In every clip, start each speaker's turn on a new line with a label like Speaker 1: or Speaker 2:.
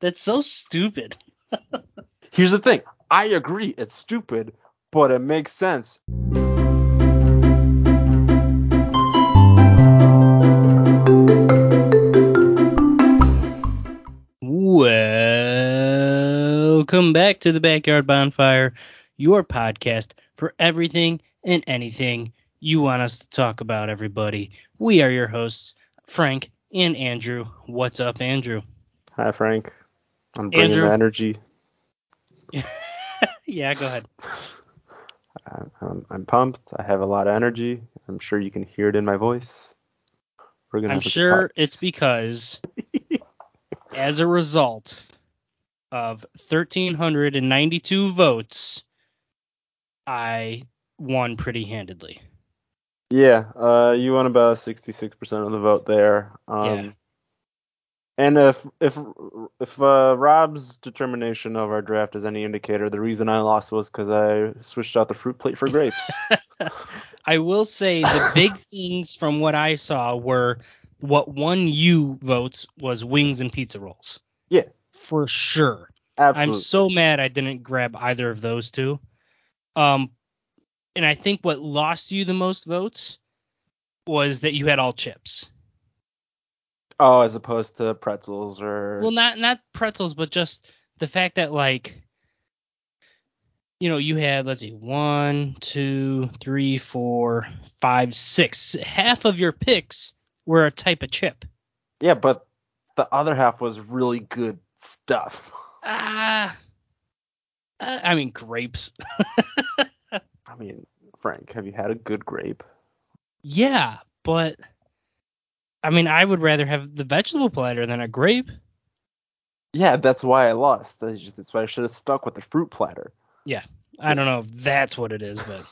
Speaker 1: That's so stupid.
Speaker 2: Here's the thing. I agree it's stupid, but it makes sense.
Speaker 1: Welcome back to the Backyard Bonfire, your podcast for everything and anything you want us to talk about, everybody. We are your hosts, Frank and Andrew. What's up, Andrew?
Speaker 2: Hi, Frank. I'm bringing
Speaker 1: Andrew.
Speaker 2: the energy.
Speaker 1: yeah, go ahead.
Speaker 2: I- I'm, I'm pumped. I have a lot of energy. I'm sure you can hear it in my voice. We're gonna
Speaker 1: I'm
Speaker 2: have a
Speaker 1: sure
Speaker 2: pod-
Speaker 1: it's because, as a result of 1,392 votes, I won pretty handedly.
Speaker 2: Yeah, uh, you won about 66% of the vote there. Um,
Speaker 1: Yeah.
Speaker 2: And if if if uh, Rob's determination of our draft is any indicator, the reason I lost was because I switched out the fruit plate for grapes.
Speaker 1: I will say the big things from what I saw were what won you votes was wings and pizza rolls.
Speaker 2: Yeah.
Speaker 1: For sure.
Speaker 2: Absolutely.
Speaker 1: I'm so mad I didn't grab either of those two. Um, and I think what lost you the most votes was that you had all chips.
Speaker 2: oh, as opposed to pretzels or
Speaker 1: Well, not not pretzels, but just the fact that like, you know, you had let's see, one, two, three, four, five, six. Half of your picks were a type of chip.
Speaker 2: yeah, but the other half was really good stuff.
Speaker 1: Ah, uh, I mean grapes.
Speaker 2: I mean, Frank, have you had a good grape?
Speaker 1: Yeah, but I mean, I would rather have the vegetable platter than a grape.
Speaker 2: Yeah, that's why I lost. That's ju- that's why I should have stuck with the fruit platter.
Speaker 1: I don't know if that's what it is, but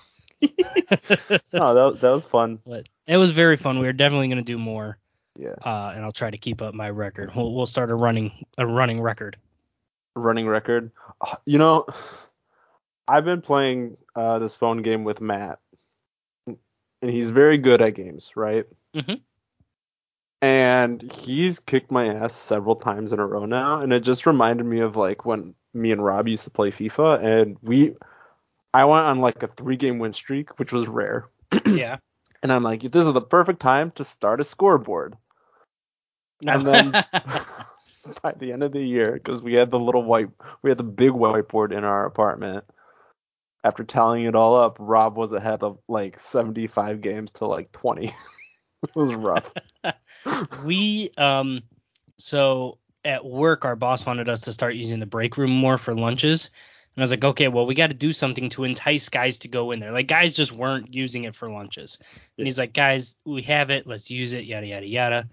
Speaker 2: Oh, that was- that was fun.
Speaker 1: but it was very fun. We are definitely going to do more,
Speaker 2: Yeah,
Speaker 1: uh, and I'll try to keep up my record. We'll we'll start a running a running record.
Speaker 2: running record. Uh, You know, I've been playing uh, this phone game with Matt, and he's very good at games, right?
Speaker 1: Mhm.
Speaker 2: And he's kicked my ass several times in a row now, and it just reminded me of like when me and Rob used to play FIFA, and we, I went on like a three-game win streak, which was rare.
Speaker 1: yeah.
Speaker 2: And I'm like, this is the perfect time to start a scoreboard. And then by the end of the year, because we had the little white, we had the big whiteboard in our apartment. After tallying it all up, Rob was ahead of like 75 games to like 20. it was rough.
Speaker 1: we um so at work our boss wanted us to start using the break room more for lunches and i was like okay well we got to do something to entice guys to go in there like guys just weren't using it for lunches and he's like guys we have it let's use it yada yada yada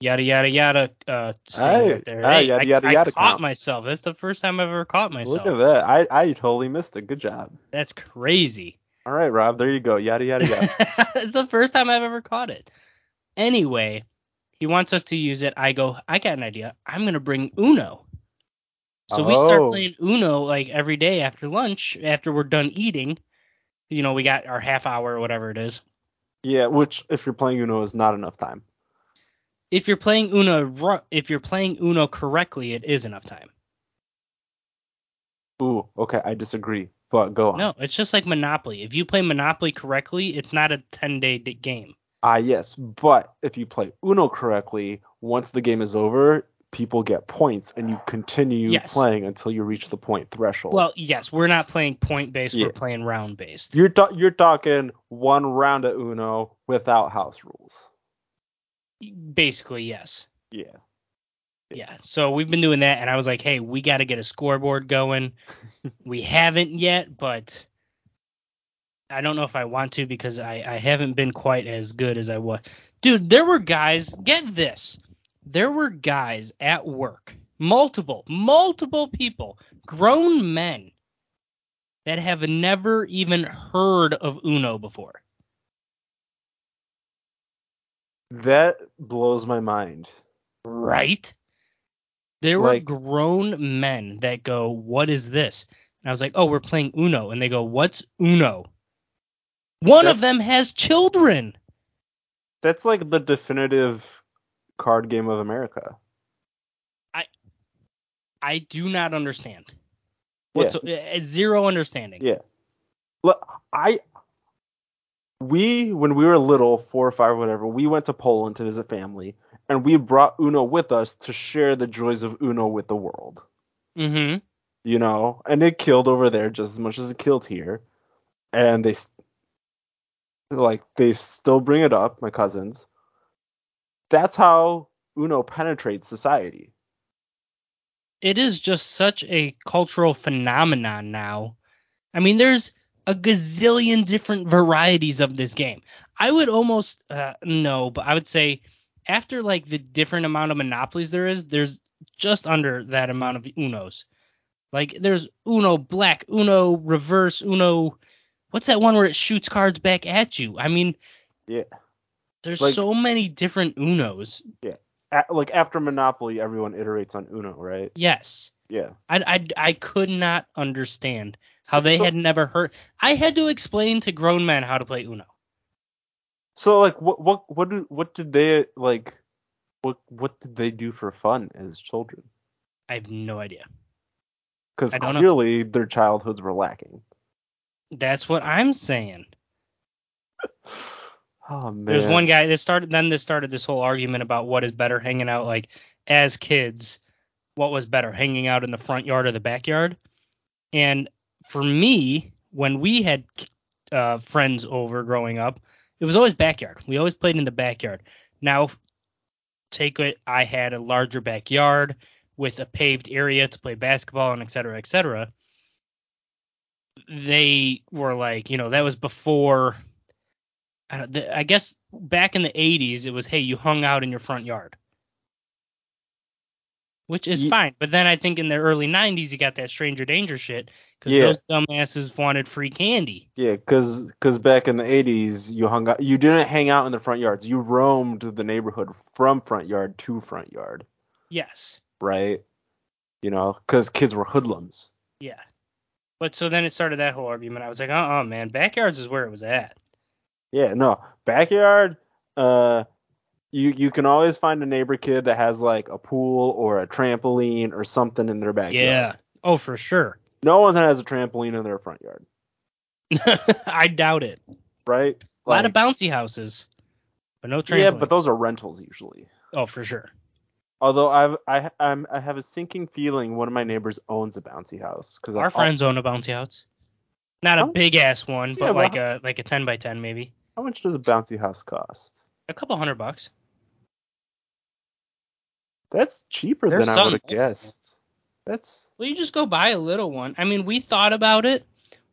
Speaker 1: yada yada yada uh standing
Speaker 2: Hey,
Speaker 1: right there. Hey,
Speaker 2: hey, yada,
Speaker 1: I,
Speaker 2: yada,
Speaker 1: I
Speaker 2: yada
Speaker 1: caught
Speaker 2: comp.
Speaker 1: myself that's the first time i've ever caught myself
Speaker 2: Look at that. I, I totally missed it. Good job.
Speaker 1: that's crazy
Speaker 2: All right, Rob, there you go. Yada, yada, yada.
Speaker 1: it's the first time I've ever caught it. Anyway, he wants us to use it. I go, I got an idea. I'm gonna bring Uno. So we start
Speaker 2: Oh.
Speaker 1: playing Uno like every day after lunch, after we're done eating. You know, we got our half hour or whatever it is.
Speaker 2: yeah, which if you're playing Uno is not enough time.
Speaker 1: If you're playing Uno, ru- if you're playing Uno correctly, it is enough time.
Speaker 2: Ooh, okay, I disagree. But go on.
Speaker 1: No, it's just like Monopoly. If you play Monopoly correctly, it's not a 10 day d- game.
Speaker 2: Ah, yes, but if you play Uno correctly, once the game is over, people get points and you continue
Speaker 1: Yes.
Speaker 2: playing until you reach the point threshold.
Speaker 1: Well, yes, we're not playing point based.
Speaker 2: Yeah.
Speaker 1: We're playing round based.
Speaker 2: you're ta- you're talking one round of Uno without house rules.
Speaker 1: Basically, yes.
Speaker 2: Yeah.
Speaker 1: Yeah. So we've been doing that, and I was like, hey, we got to get a scoreboard going. we haven't yet, but I don't know if I want to because I, I haven't been quite as good as I was. Dude, there were guys, get this. There were guys at work, multiple, multiple people, grown men that have never even heard of Uno before.
Speaker 2: That blows my mind.
Speaker 1: right? There were
Speaker 2: Like-
Speaker 1: grown men that go, "What is this?" And I was like, "Oh, we're playing Uno," and they go, "What's Uno?" One of
Speaker 2: That-
Speaker 1: them has children.
Speaker 2: That's like the definitive card game of America.
Speaker 1: I do not understand. What's uh, zero understanding?
Speaker 2: Yeah. Look, I we when we were little, four or five, whatever, we went to Poland to visit family, and we brought Uno with us to share the joys of Uno with the world.
Speaker 1: Mm-hmm.
Speaker 2: You know, and it killed over there just as much as it killed here, and they s- like they still bring it up. My cousins. That's how Uno penetrates society.
Speaker 1: It is just such a cultural phenomenon now. I mean, there's a gazillion different varieties of this game. I would almost uh, no, but I would say after like the different amount of monopolies there is, there's just under that amount of Unos. Like there's Uno Black, Uno Reverse, Uno. What's that one where it shoots cards back at you? I mean,
Speaker 2: Yeah.
Speaker 1: there's
Speaker 2: Like-
Speaker 1: so many different Unos.
Speaker 2: A- like after Monopoly, everyone iterates on Uno, right?
Speaker 1: Yes,
Speaker 2: Yeah.
Speaker 1: I I, I could not understand how
Speaker 2: So-
Speaker 1: they
Speaker 2: so-
Speaker 1: had never heard. I had to explain to grown men how to play Uno.
Speaker 2: So like what what what do what did they like what what did they do for fun as children?
Speaker 1: I have no idea.
Speaker 2: Because
Speaker 1: I don't know.
Speaker 2: clearly their childhoods were lacking.
Speaker 1: That's what I'm saying.
Speaker 2: Oh man.
Speaker 1: There's one guy that started then this started this whole argument about what is better hanging out like as kids, what was better hanging out in the front yard or the backyard? And for me, when we had uh, friends over growing up, it was always backyard. We always played in the backyard. Now take it I had a larger backyard with a paved area to play basketball and et cetera, et cetera. They were like, you know, that was before I, don't, the, I guess back in the 80s, it was, hey, you hung out in your front yard, which is
Speaker 2: Ye-
Speaker 1: fine. But then I think in the early 90s, you got that Stranger Danger shit because
Speaker 2: Yeah.
Speaker 1: those dumbasses wanted free candy.
Speaker 2: Yeah, because back in the 80s, you hung out, you didn't hang out in the front yards. You roamed the neighborhood from front yard to front yard,
Speaker 1: Yes.
Speaker 2: right? You know, because kids were hoodlums.
Speaker 1: Yeah. But so then it started that whole argument. I was like, uh uh man, backyards is where it was at.
Speaker 2: Yeah, no backyard. Uh, you you can always find a neighbor kid that has like a pool or a trampoline or something in their backyard.
Speaker 1: Yeah. Oh, for sure.
Speaker 2: No one has a trampoline in their front yard,
Speaker 1: I doubt it.
Speaker 2: right?
Speaker 1: A lot of bouncy houses, but no trampolines.
Speaker 2: yeah, but those are rentals usually.
Speaker 1: Oh, for sure.
Speaker 2: Although I've I I'm, I have a sinking feeling one of my neighbors owns a bouncy house because
Speaker 1: Our friends own a bouncy house. Not a
Speaker 2: Huh?
Speaker 1: big ass one, but
Speaker 2: Oh. Yeah, but
Speaker 1: like a like a ten by ten maybe.
Speaker 2: How much does a bouncy house cost?
Speaker 1: A couple hundred bucks.
Speaker 2: That's cheaper
Speaker 1: There's
Speaker 2: than I
Speaker 1: some
Speaker 2: would have
Speaker 1: places, man.
Speaker 2: guessed. That's
Speaker 1: Well, you just go buy a little one. I mean, we thought about it.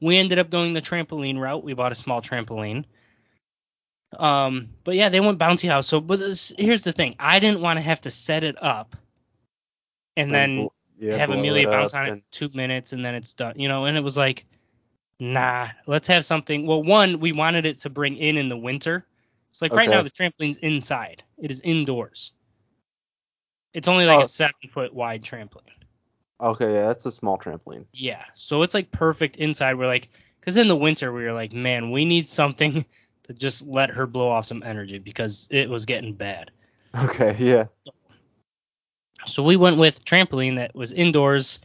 Speaker 1: We ended up going the trampoline route. We bought a small trampoline. Um, but yeah, they went bouncy house. So, but this, here's the thing: I didn't want to have to set it up, and then
Speaker 2: bl- yeah,
Speaker 1: have
Speaker 2: blow
Speaker 1: Amelia
Speaker 2: it
Speaker 1: bounce
Speaker 2: up
Speaker 1: on it
Speaker 2: and-
Speaker 1: for two minutes, and then it's done. You know, and it was like, nah, let's have something. Well, one, we wanted it to bring in in the winter. So like right
Speaker 2: Okay.
Speaker 1: now, the trampoline's inside. It is indoors. It's only like
Speaker 2: Oh.
Speaker 1: a seven foot wide trampoline.
Speaker 2: Okay, yeah, that's a small trampoline.
Speaker 1: Yeah. So it's like perfect inside. We're like, because in the winter we were like, man, we need something to just let her blow off some energy because it was getting bad.
Speaker 2: Okay, yeah.
Speaker 1: So we went with trampoline that was indoors.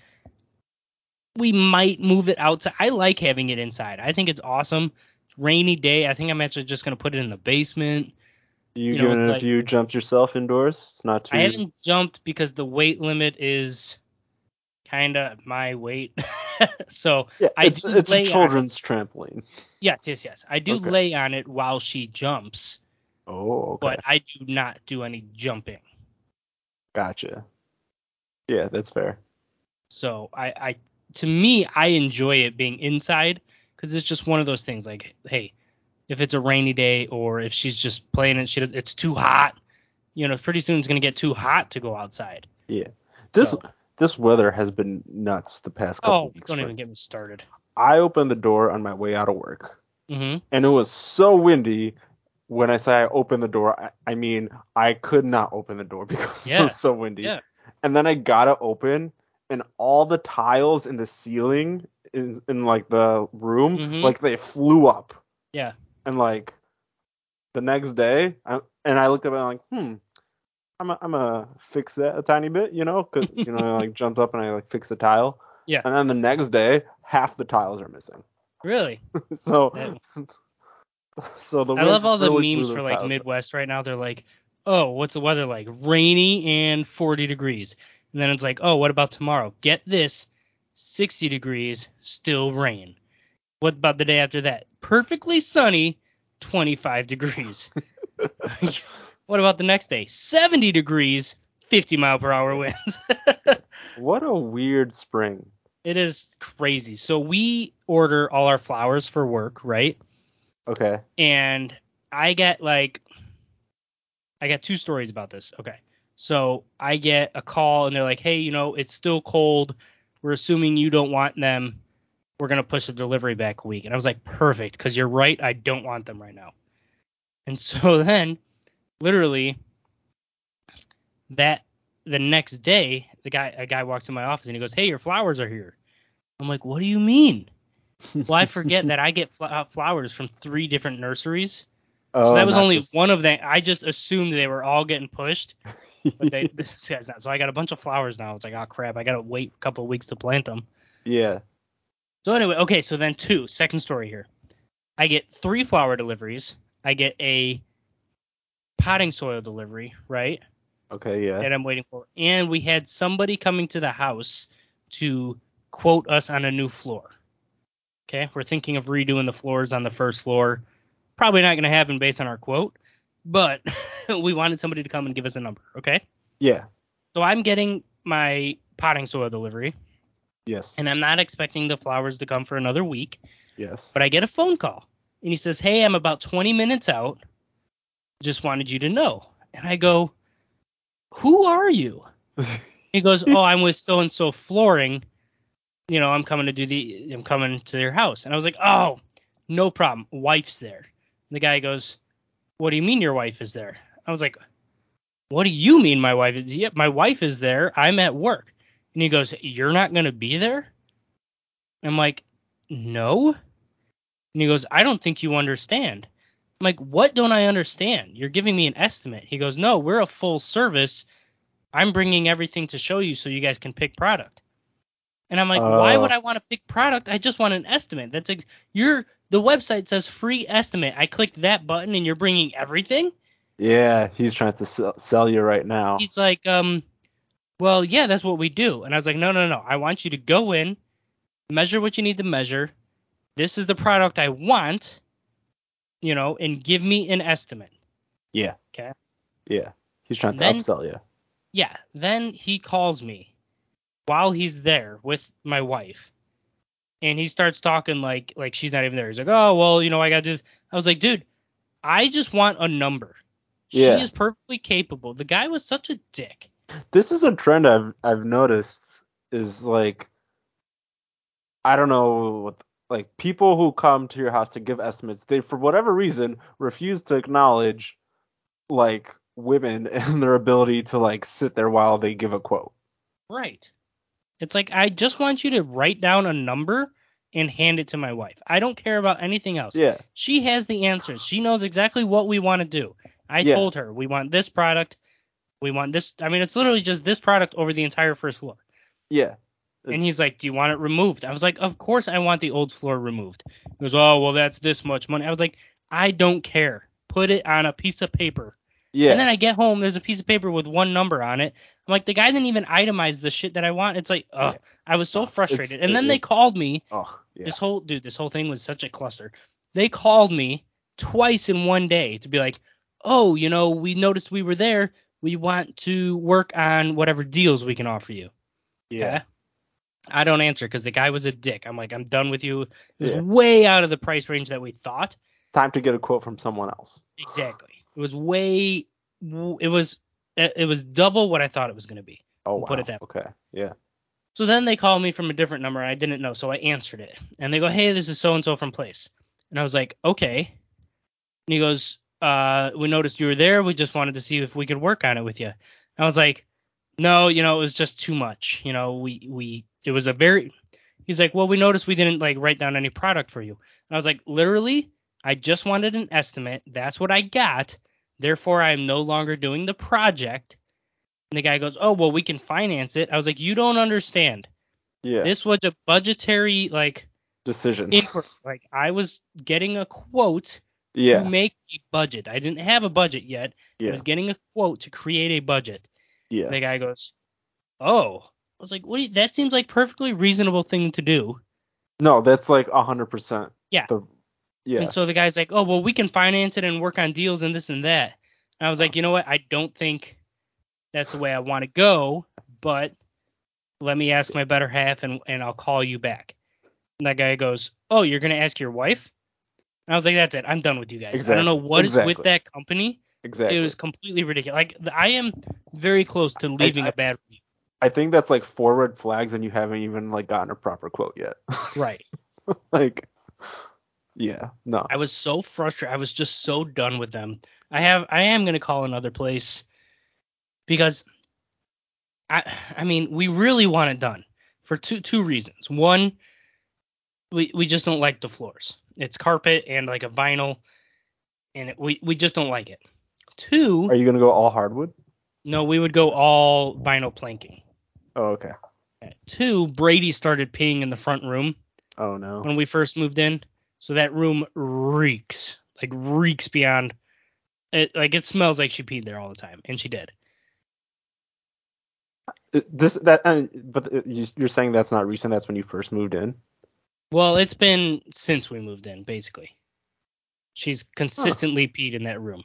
Speaker 1: We might move it outside. I like having it inside. I think it's awesome. Rainy day. I think I'm actually just gonna put it in the basement.
Speaker 2: You,
Speaker 1: You know,
Speaker 2: giving
Speaker 1: it's
Speaker 2: it a
Speaker 1: like-
Speaker 2: few jumps yourself indoors? It's not too.
Speaker 1: I haven't jumped because the weight limit is kind of my weight. so
Speaker 2: Yeah,
Speaker 1: I
Speaker 2: it's,
Speaker 1: do
Speaker 2: it's
Speaker 1: lay
Speaker 2: a
Speaker 1: on it.
Speaker 2: children's trampoline.
Speaker 1: yes, yes, yes. I do
Speaker 2: Okay.
Speaker 1: lay on it while she jumps.
Speaker 2: Oh, okay.
Speaker 1: but I do not do any jumping.
Speaker 2: Gotcha. Yeah, that's fair.
Speaker 1: So I, I to me, I enjoy it being inside because it's just one of those things. Like, hey, if it's a rainy day or if she's just playing and she does, it's too hot, you know, pretty soon it's gonna get too hot to go outside.
Speaker 2: This
Speaker 1: So-
Speaker 2: this weather has been nuts the past couple
Speaker 1: Oh,
Speaker 2: weeks.
Speaker 1: don't
Speaker 2: for-
Speaker 1: even get me started.
Speaker 2: I opened the door on my way out of work,
Speaker 1: hmm
Speaker 2: and it was so windy. When I say I opened the door, I, I mean I could not open the door because it
Speaker 1: Yeah,
Speaker 2: was so windy.
Speaker 1: yeah.
Speaker 2: And then I got it open, and all the tiles in the ceiling in, in like the room,
Speaker 1: Mhm.
Speaker 2: like they flew up.
Speaker 1: Yeah.
Speaker 2: And like the next day, I, and I looked up and I'm like, hmm, I'm a, I'm a fix that a tiny bit, you know, 'cause, you know I like jumped up and I like fixed the tile.
Speaker 1: Yeah.
Speaker 2: And then the next day, half the tiles are missing.
Speaker 1: Really?
Speaker 2: so
Speaker 1: That-
Speaker 2: so the
Speaker 1: I
Speaker 2: wind
Speaker 1: love all the
Speaker 2: really blew
Speaker 1: memes for
Speaker 2: those
Speaker 1: like
Speaker 2: tiles up.
Speaker 1: Midwest right now. They're like, oh, what's the weather like? Rainy and 40 degrees. And then it's like, oh, what about tomorrow? Get this 60 degrees, still rain. What about the day after that? Perfectly sunny, 25 degrees. what about the next day? 70 degrees, 50 mile per hour winds.
Speaker 2: What a weird spring.
Speaker 1: it is crazy. So we order all our flowers for work, right?
Speaker 2: Okay.
Speaker 1: and I get like I got two stories about this. Okay. So I get a call and they're like, "Hey, you know, it's still cold. We're assuming you don't want them. We're going to push the delivery back a week." And I was like, "Perfect, cuz you're right. I don't want them right now." And so then literally that the next day, the guy a guy walks in my office and he goes, "Hey, your flowers are here." I'm like, "What do you mean?" well, I forget that I get fl- uh, flowers from three different nurseries. so
Speaker 2: Oh,
Speaker 1: that was only one of them. I just assumed they were all getting pushed, but they, this guy's not. So I got a bunch of flowers now. It's like, oh crap, I gotta wait a couple of weeks to plant them.
Speaker 2: yeah.
Speaker 1: So anyway, okay, so then two, second story here. I get three flower deliveries. I get a potting soil delivery, right?
Speaker 2: Okay. Yeah.
Speaker 1: That I'm waiting for. And we had somebody coming to the house to quote us on a new floor. Okay, we're thinking of redoing the floors on the first floor. Probably not going to happen based on our quote, but we wanted somebody to come and give us a number. Okay,
Speaker 2: Yeah.
Speaker 1: so I'm getting my potting soil delivery,
Speaker 2: Yes.
Speaker 1: and I'm not expecting the flowers to come for another week.
Speaker 2: yes.
Speaker 1: But I get a phone call, and he says, "Hey, I'm about 20 minutes out. Just wanted you to know." And I go, "Who are you?" he goes, "Oh, I'm with so and so flooring. You know, I'm coming to do the I'm coming to their house." And I was like, "Oh, no problem. Wife's there." And the guy goes, "What do you mean your wife is there?" I was like, "What do you mean my wife is? Yep, my wife is there. I'm at work." And he goes, "You're not going to be there?" I'm like, "No." And he goes, I don't think you understand. I'm like, what don't I understand? You're giving me an estimate. He goes, No, we're a full service. I'm bringing everything to show you so you guys can pick product. And I'm like, why
Speaker 2: Oh.
Speaker 1: would I want to pick product? I just want an estimate. That's like, you're the website says free estimate. I click that button and you're bringing everything.
Speaker 2: yeah. He's trying to sell, sell you right now.
Speaker 1: He's like, um, well, yeah, that's what we do. And I was like, no, no, no. I want you to go in, measure what you need to measure. This is the product I want, you know, and give me an estimate.
Speaker 2: Yeah.
Speaker 1: 'Kay.
Speaker 2: Yeah. He's trying to
Speaker 1: Then-
Speaker 2: upsell you.
Speaker 1: Yeah. Then he calls me while he's there with my wife. And he starts talking like like she's not even there. He's like, Oh, well, you know, I gotta do this. I was like, dude, I just want a number.
Speaker 2: Yeah.
Speaker 1: She is perfectly capable. The guy was such a dick.
Speaker 2: This is a trend I've I've noticed is like I don't know what like people who come to your house to give estimates, they for whatever reason refuse to acknowledge like women and their ability to like sit there while they give a quote.
Speaker 1: Right. It's like I just want you to write down a number and hand it to my wife. I don't care about anything else.
Speaker 2: Yeah.
Speaker 1: She has the answers. She knows exactly what we want to do. I
Speaker 2: Yeah.
Speaker 1: told her we want this product. We want this. I mean, it's literally just this product over the entire first floor.
Speaker 2: Yeah.
Speaker 1: and
Speaker 2: It's-
Speaker 1: he's like, "Do you want it removed?" I was like, "Of course I want the old floor removed." He goes, "Oh, well, that's this much money." I was like, "I don't care. Put it on a piece of paper."
Speaker 2: yeah.
Speaker 1: And then I get home, there's a piece of paper with one number on it. I'm like, the guy didn't even itemize the shit that I want. It's like, ugh, I was so frustrated. and then
Speaker 2: it-
Speaker 1: they called me.
Speaker 2: oh, yeah.
Speaker 1: This whole dude, this whole thing was such a cluster. They called me twice in one day to be like, oh, you know, we noticed we were there. We want to work on whatever deals we can offer you.
Speaker 2: yeah.
Speaker 1: Okay? I don't answer because the guy was a dick. I'm like, I'm done with you. It was
Speaker 2: Yeah.
Speaker 1: way out of the price range that we thought.
Speaker 2: Time to get a quote from someone else.
Speaker 1: Exactly. It was way. It was. It was double what I thought it was going to be.
Speaker 2: Oh wow.
Speaker 1: We'll put it that
Speaker 2: okay. Yeah.
Speaker 1: So then they called me from a different number. And I didn't know, so I answered it. And they go, "Hey, this is so and so from place." And I was like, "Okay." And he goes, "Uh, we noticed you were there. We just wanted to see if we could work on it with you." And I was like, "No, you know, it was just too much. You know, we we it was a very." He's like, "Well, we noticed we didn't like write down any product for you." And I was like, "Literally, I just wanted an estimate. That's what I got. Therefore, I am no longer doing the project. And the guy goes, "Oh, well, we can finance it." I was like, "You don't understand.
Speaker 2: Yeah.
Speaker 1: This was a budgetary like
Speaker 2: Decision.
Speaker 1: inquiry. like I was getting a quote to
Speaker 2: yeah.
Speaker 1: make a budget. I didn't have a budget yet. I
Speaker 2: Yeah.
Speaker 1: was getting a quote to create a budget."
Speaker 2: Yeah.
Speaker 1: The guy goes, "Oh." I was like, "What? do you- that seems like perfectly reasonable thing to do."
Speaker 2: No, that's like hundred percent.
Speaker 1: Yeah.
Speaker 2: The, yeah.
Speaker 1: And so the guy's like, "Oh, well, we can finance it and work on deals and this and that." And I was like, "You know what? I don't think that's the way I want to go, but let me ask my better half and and I'll call you back." And that guy goes, "Oh, you're going to ask your wife?" And I was like, "That's it. I'm done with you guys. I don't know what is
Speaker 2: Exactly.
Speaker 1: with that company.
Speaker 2: exactly.
Speaker 1: It was completely ridiculous. Like th- I am very close to leaving a
Speaker 2: I-
Speaker 1: bad review.
Speaker 2: I think that's like four red flags, and you haven't even like gotten a proper quote yet.
Speaker 1: Right.
Speaker 2: like, yeah, no,
Speaker 1: I was so frustrated. I was just so done with them. I have I am gonna call another place because I I mean we really want it done for two two reasons. One, we we just don't like the floors. It's carpet and like a vinyl, and it, we we just don't like it. Two,
Speaker 2: are you gonna go all hardwood?
Speaker 1: no, we would go all vinyl planking.
Speaker 2: Oh, okay.
Speaker 1: Two, Brady started peeing in the front room
Speaker 2: Oh no.
Speaker 1: when we first moved in. So that room reeks, like reeks beyond. It, like it smells like she peed there all the time, and she did.
Speaker 2: It- Uh, This that and but it- you- you're saying that's not recent. That's when you first moved in.
Speaker 1: Well, it's been since we moved in, basically. She's consistently peed in that room.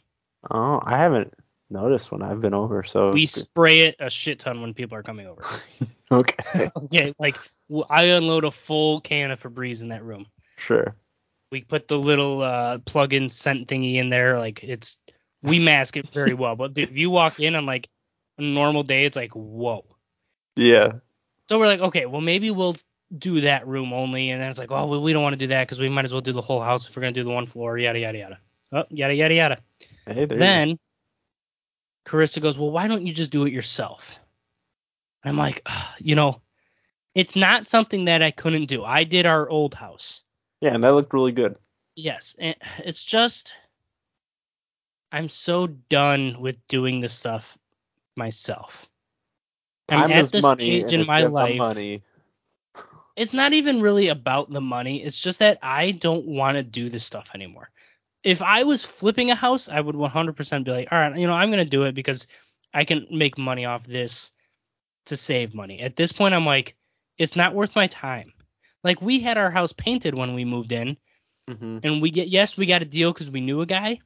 Speaker 2: Oh, I haven't noticed when I've been over. So
Speaker 1: We
Speaker 2: it's
Speaker 1: spray it a shit ton when people are coming over.
Speaker 2: good. okay,
Speaker 1: yeah, like w- I unload a full can of Febreze in that room.
Speaker 2: sure.
Speaker 1: We put the little uh, plug-in scent thingy in there. Like it's we mask it very well, but if you walk in on like a normal day, it's like whoa.
Speaker 2: Yeah,
Speaker 1: So we're like, okay, well maybe we'll do that room only, and then it's like, oh, well, we don't want to do that because we might as well do the whole house if we're gonna do the one floor, yada yada yada. Oh, yada yada yada.
Speaker 2: hey there. you go.
Speaker 1: Then Carissa goes, well, why don't you just do it yourself? And I'm like, "Ugh, you know, it's not something that I couldn't do. I did our old house.
Speaker 2: yeah, and that looked really good.
Speaker 1: Yes, and it's just I'm so done with doing this stuff myself.
Speaker 2: Time
Speaker 1: I'm at
Speaker 2: is
Speaker 1: the
Speaker 2: money,
Speaker 1: stage
Speaker 2: and
Speaker 1: in
Speaker 2: if
Speaker 1: my
Speaker 2: you have the
Speaker 1: life
Speaker 2: money.
Speaker 1: it's not even really about the money. It's just that I don't want to do this stuff anymore. If I was flipping a house, I would 100% be like, all right, you know, I'm going to do it because I can make money off this to save money. At this point, I'm like, it's not worth my time. Like, we had our house painted when we moved in,
Speaker 2: hmm
Speaker 1: and we get, yes, we got a deal because we knew a guy.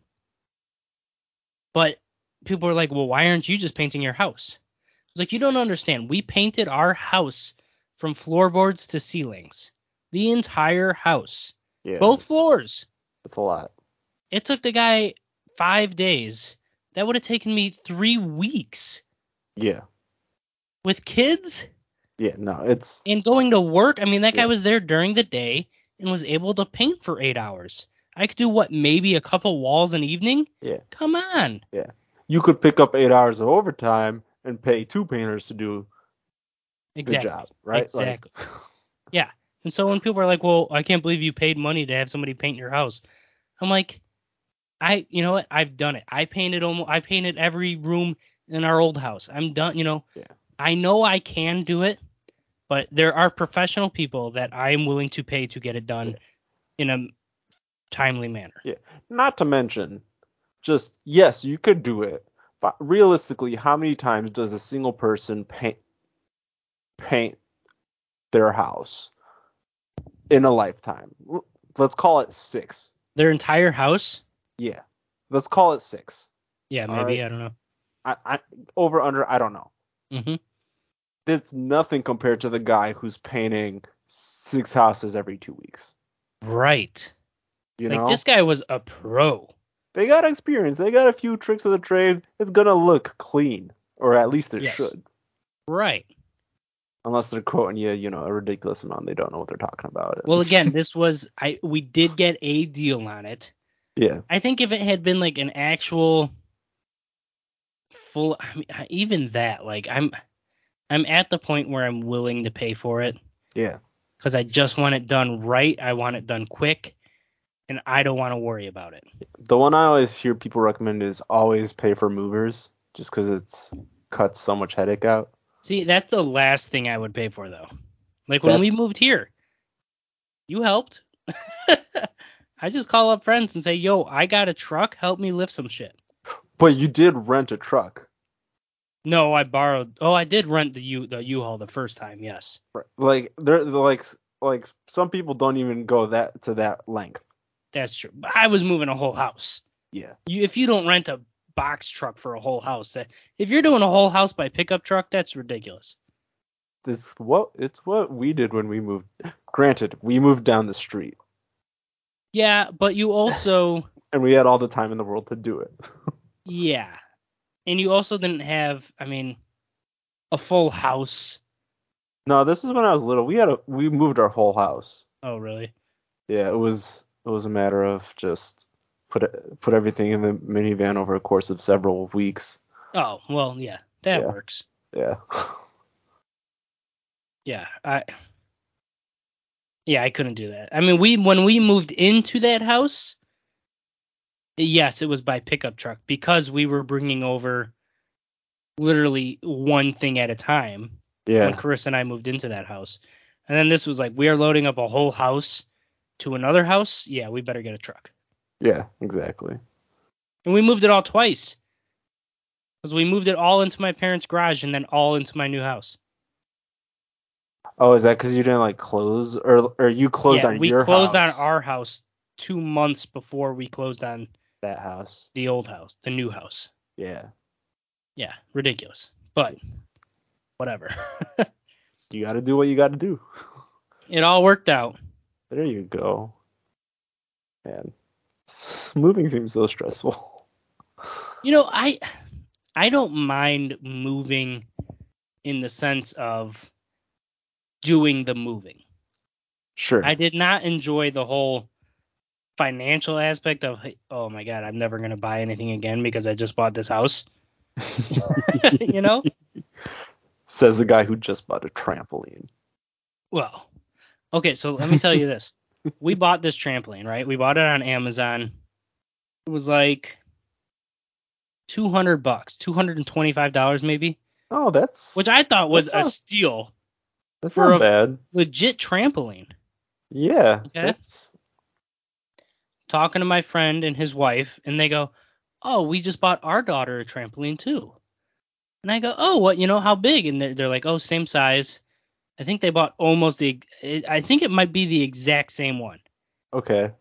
Speaker 1: But people were like, well, why aren't you just painting your house? I was like, you don't understand. We painted our house from floorboards to ceilings, the entire house,
Speaker 2: Yeah,
Speaker 1: both floors.
Speaker 2: That's a lot.
Speaker 1: It took the guy five days. That would have taken me three weeks
Speaker 2: Yeah,
Speaker 1: with kids
Speaker 2: yeah. No, it's
Speaker 1: and going to work. I mean, that guy
Speaker 2: Yeah.
Speaker 1: was there during the day and was able to paint for eight hours. I could do what, maybe a couple walls an evening?
Speaker 2: Yeah.
Speaker 1: Come on.
Speaker 2: you could pick up eight hours of overtime and pay two painters to do
Speaker 1: Exactly.
Speaker 2: the job, right? Like,
Speaker 1: Exactly. yeah. And so when people are like, "Well, I can't believe you paid money to have somebody paint your house," I'm like, "I, you know what? I've done it. I painted almost. I painted every room in our old house. I'm done. You know.
Speaker 2: Yeah.
Speaker 1: I know I can do it, but there are professional people that I am willing to pay to get it done
Speaker 2: Yeah.
Speaker 1: in a timely manner.
Speaker 2: not to mention, just yes, you could do it, but realistically, how many times does a single person paint paint their house in a lifetime? L- Let's call it six.
Speaker 1: Their entire house.
Speaker 2: Yeah, let's call it six.
Speaker 1: Yeah,
Speaker 2: All
Speaker 1: maybe
Speaker 2: right.
Speaker 1: I don't know.
Speaker 2: I, I over under, I don't know.
Speaker 1: hmm
Speaker 2: That's nothing compared to the guy who's painting six houses every two weeks.
Speaker 1: Right.
Speaker 2: You
Speaker 1: like
Speaker 2: know,
Speaker 1: this guy was a pro.
Speaker 2: they got experience. They got a few tricks of the trade. It's gonna look clean, or at least it
Speaker 1: Yes.
Speaker 2: should.
Speaker 1: Right.
Speaker 2: Unless they're quoting you, you know, a ridiculous amount. They don't know what they're talking about.
Speaker 1: Well, again, this was I. We did get a deal on it.
Speaker 2: yeah,
Speaker 1: I think if it had been like an actual full, I mean, even that, like I'm, I'm at the point where I'm willing to pay for it
Speaker 2: yeah,
Speaker 1: because I just want it done right. I want it done quick, and I don't want to worry about it.
Speaker 2: the one I always hear people recommend is always pay for movers, just because it's cuts so much headache out.
Speaker 1: See, that's the last thing I would pay for though. Like when we
Speaker 2: That's-
Speaker 1: moved here, you helped. I just call up friends and say, "Yo, I got a truck. Help me lift some shit."
Speaker 2: But you did rent a truck.
Speaker 1: No, I borrowed. Oh, I did rent the U the U-Haul the first time. Yes.
Speaker 2: Right. Like there like like some people don't even go that to that length.
Speaker 1: That's true. But I was moving a whole house.
Speaker 2: Yeah.
Speaker 1: You, if you don't rent a box truck for a whole house, that, if you're doing a whole house by pickup truck, that's ridiculous.
Speaker 2: This what it's what we did when we moved. Granted, we moved down the street
Speaker 1: Yeah, but you also,
Speaker 2: and we had all the time in the world to do it.
Speaker 1: yeah, and you also didn't have, I mean, a full house.
Speaker 2: No, this is when I was little. We had a we moved our whole house.
Speaker 1: Oh, really?
Speaker 2: Yeah, it was it was a matter of just put it, put everything in the minivan over a course of several weeks.
Speaker 1: Oh, well, yeah, that
Speaker 2: Yeah.
Speaker 1: works.
Speaker 2: Yeah.
Speaker 1: Yeah, I. Yeah, I couldn't do that. I mean, we when we moved into that house, yes, it was by pickup truck because we were bringing over literally one thing at a time when
Speaker 2: Yeah.
Speaker 1: Carissa and I moved into that house. And then this was like we are loading up a whole house to another house. Yeah, we better get a truck.
Speaker 2: Yeah, exactly.
Speaker 1: And we moved it all twice. Cuz we moved it all into my parents' garage and then all into my new house.
Speaker 2: Oh, is that cuz you didn't like close or or you closed
Speaker 1: yeah,
Speaker 2: on
Speaker 1: we
Speaker 2: your
Speaker 1: closed
Speaker 2: house,
Speaker 1: on our house 2 months before we closed on
Speaker 2: that house.
Speaker 1: the old house, the new house.
Speaker 2: Yeah.
Speaker 1: Yeah, ridiculous. But whatever.
Speaker 2: You got to do what you got to do.
Speaker 1: it all worked out.
Speaker 2: There you go. Man. Moving seems so stressful.
Speaker 1: You know, I I don't mind moving in the sense of doing the moving.
Speaker 2: Sure.
Speaker 1: I did not enjoy the whole financial aspect of hey, oh my god, I'm never going to buy anything again because I just bought this house. you know?
Speaker 2: Says the guy who just bought a trampoline.
Speaker 1: Well, okay, so let me tell you this. We bought this trampoline, right? We bought it on Amazon. It was like 200 bucks, $225 maybe,
Speaker 2: Oh, that's
Speaker 1: which I thought was
Speaker 2: That's
Speaker 1: a
Speaker 2: not-
Speaker 1: steal.
Speaker 2: that's
Speaker 1: for
Speaker 2: not
Speaker 1: a-
Speaker 2: bad.
Speaker 1: Legit trampoline.
Speaker 2: Yeah.
Speaker 1: Okay.
Speaker 2: That's
Speaker 1: Talking to my friend and his wife, and they go, "Oh, we just bought our daughter a trampoline too." And I go, "Oh, what? You know how big?" And they're, they're like, "Oh, same size." I think they bought almost the. I think it might be the exact same one.
Speaker 2: okay.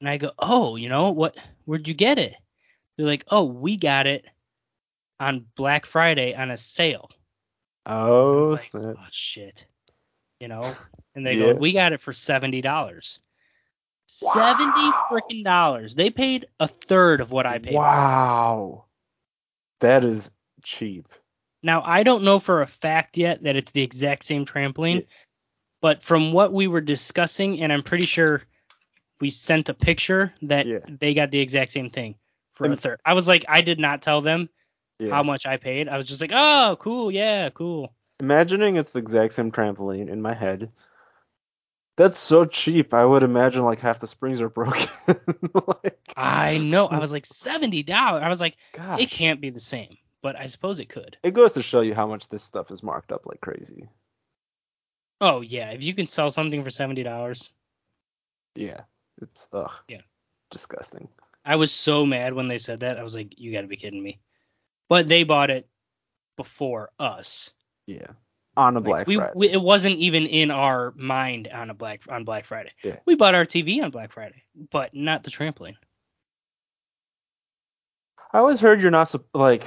Speaker 1: And I go, oh, you know what? Where'd you get it? They're like, oh, we got it on Black Friday on a sale. I was
Speaker 2: Oh,
Speaker 1: like,
Speaker 2: snap.
Speaker 1: oh shit, you know. And they
Speaker 2: Yeah.
Speaker 1: go, we got it for seventy dollars. Seventy
Speaker 2: Wow.
Speaker 1: freaking dollars. They paid a third of what I paid.
Speaker 2: Wow. That is cheap.
Speaker 1: Now I don't know for a fact yet that it's the exact same trampoline,
Speaker 2: Yeah.
Speaker 1: but from what we were discussing, and I'm pretty sure we sent a picture that
Speaker 2: Yeah.
Speaker 1: they got the exact same thing for a
Speaker 2: And-
Speaker 1: third. I was like, I did not tell them
Speaker 2: Yeah.
Speaker 1: how much I paid. I was just like, oh, cool, yeah, cool.
Speaker 2: Imagining it's the exact same trampoline in my head. That's so cheap. I would imagine like half the springs are broken. like,
Speaker 1: I know. I was like seventy dollars. I was like,
Speaker 2: gosh.
Speaker 1: it can't be the same, but I suppose it could.
Speaker 2: It goes to show you how much this stuff is marked up like crazy.
Speaker 1: Oh yeah, if you can sell something for seventy dollars.
Speaker 2: Yeah. It's ugh.
Speaker 1: Yeah.
Speaker 2: Disgusting.
Speaker 1: I was so mad when they said that. I was like, you got to be kidding me. But they bought it before us.
Speaker 2: Yeah. On a
Speaker 1: Like,
Speaker 2: Black
Speaker 1: we,
Speaker 2: Friday.
Speaker 1: we- it wasn't even in our mind on a black on Black Friday.
Speaker 2: Yeah.
Speaker 1: We bought our TV on Black Friday, but not the trampoline.
Speaker 2: I always heard you're not sup- like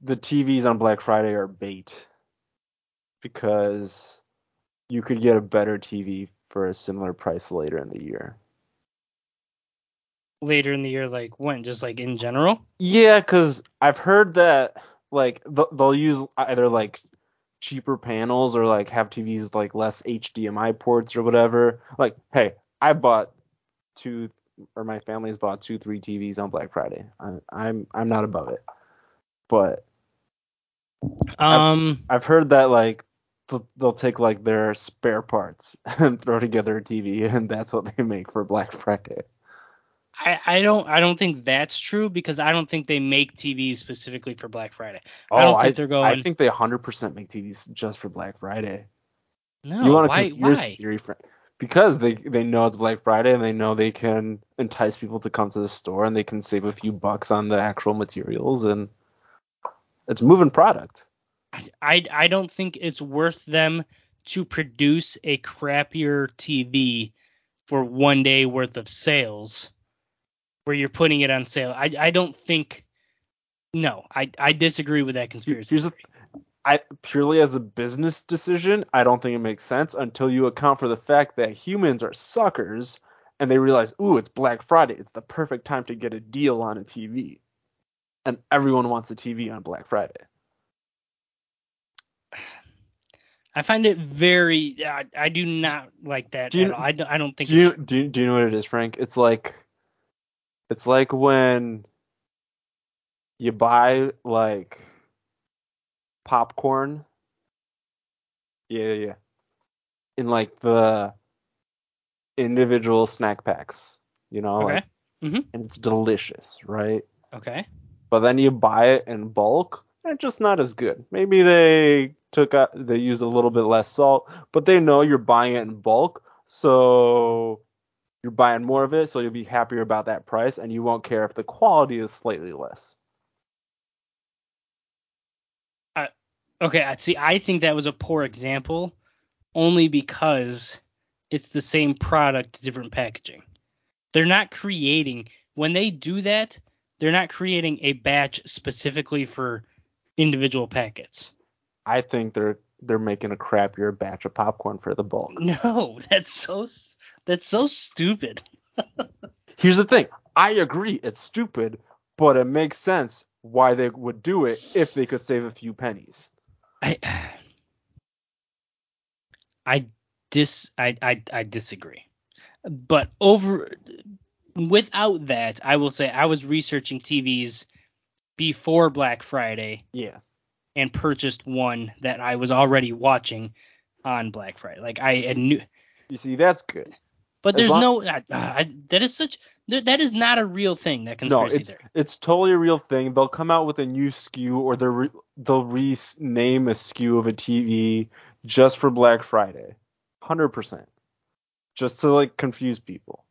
Speaker 2: the TVs on Black Friday are bait because you could get a better TV for a similar price later in the year.
Speaker 1: Later in the year, like when, just like in general.
Speaker 2: Yeah, because I've heard that like th- they'll use either like cheaper panels or like have TVs with like less HDMI ports or whatever. Like, hey, I bought two or my family's bought two, three TVs on Black Friday. I, I'm I'm not above it, but
Speaker 1: Um,
Speaker 2: I've heard that like th- they'll take like their spare parts and throw together a TV, and that's what they make for Black Friday.
Speaker 1: I, I don't I don't think that's true because I don't think they make TVs specifically for Black Friday.
Speaker 2: Oh,
Speaker 1: I don't
Speaker 2: I,
Speaker 1: think they're going.
Speaker 2: I think they 100% make TVs just for Black Friday.
Speaker 1: no,
Speaker 2: you want to
Speaker 1: why?
Speaker 2: conspiracy
Speaker 1: Why?
Speaker 2: theory friend? Because they they know it's Black Friday and they know they can entice people to come to the store and they can save a few bucks on the actual materials and it's moving product.
Speaker 1: I I don't think it's worth them to produce a crappier TV for one day worth of sales where you're putting it on sale. I I don't think no, I I disagree with that conspiracy.
Speaker 2: Here's the
Speaker 1: theory.
Speaker 2: I purely as a business decision, I don't think it makes sense until you account for the fact that humans are suckers and they realize, ooh, it's Black Friday. It's the perfect time to get a deal on a TV. And everyone wants a TV on Black Friday.
Speaker 1: I find it very I, I do not like that.
Speaker 2: Do you-
Speaker 1: at all. I don't, I don't think
Speaker 2: Do you, do you do you know what it is, Frank? It's like it's like when you buy like popcorn. Yeah, yeah, yeah. In like the individual snack packs, you know,
Speaker 1: Okay.
Speaker 2: like
Speaker 1: Mhm.
Speaker 2: and it's delicious, right?
Speaker 1: okay.
Speaker 2: But then you buy it in bulk, and it's just not as good. Maybe they took out, they used a little bit less salt, but they know you're buying it in bulk, so you're buying more of it, so you'll be happier about that price, and you won't care if the quality is slightly less.
Speaker 1: Okay, I see. I think that was a poor example, only because it's the same product, different packaging. They're not creating when they do that. They're not creating a batch specifically for individual packets.
Speaker 2: I think they're they're making a crappier batch of popcorn for the bulk.
Speaker 1: No, that's so that's so stupid.
Speaker 2: Here's the thing. I agree it's stupid, but it makes sense why they would do it if they could save a few pennies.
Speaker 1: I I dis I, I I disagree. But over without that, I will say I was researching TVs before Black Friday
Speaker 2: Yeah.
Speaker 1: and purchased one that I was already watching on Black Friday. Like I had knew
Speaker 2: You see, that's good.
Speaker 1: but
Speaker 2: As
Speaker 1: there's
Speaker 2: long-
Speaker 1: no I, I, that is such that that is not a real thing that conspiracy
Speaker 2: no, it's,
Speaker 1: theory.
Speaker 2: it's totally a real thing. They'll come out with a new SKU or they'll re- they'll rename a SKU of a TV just for Black Friday, hundred percent, just to like confuse people,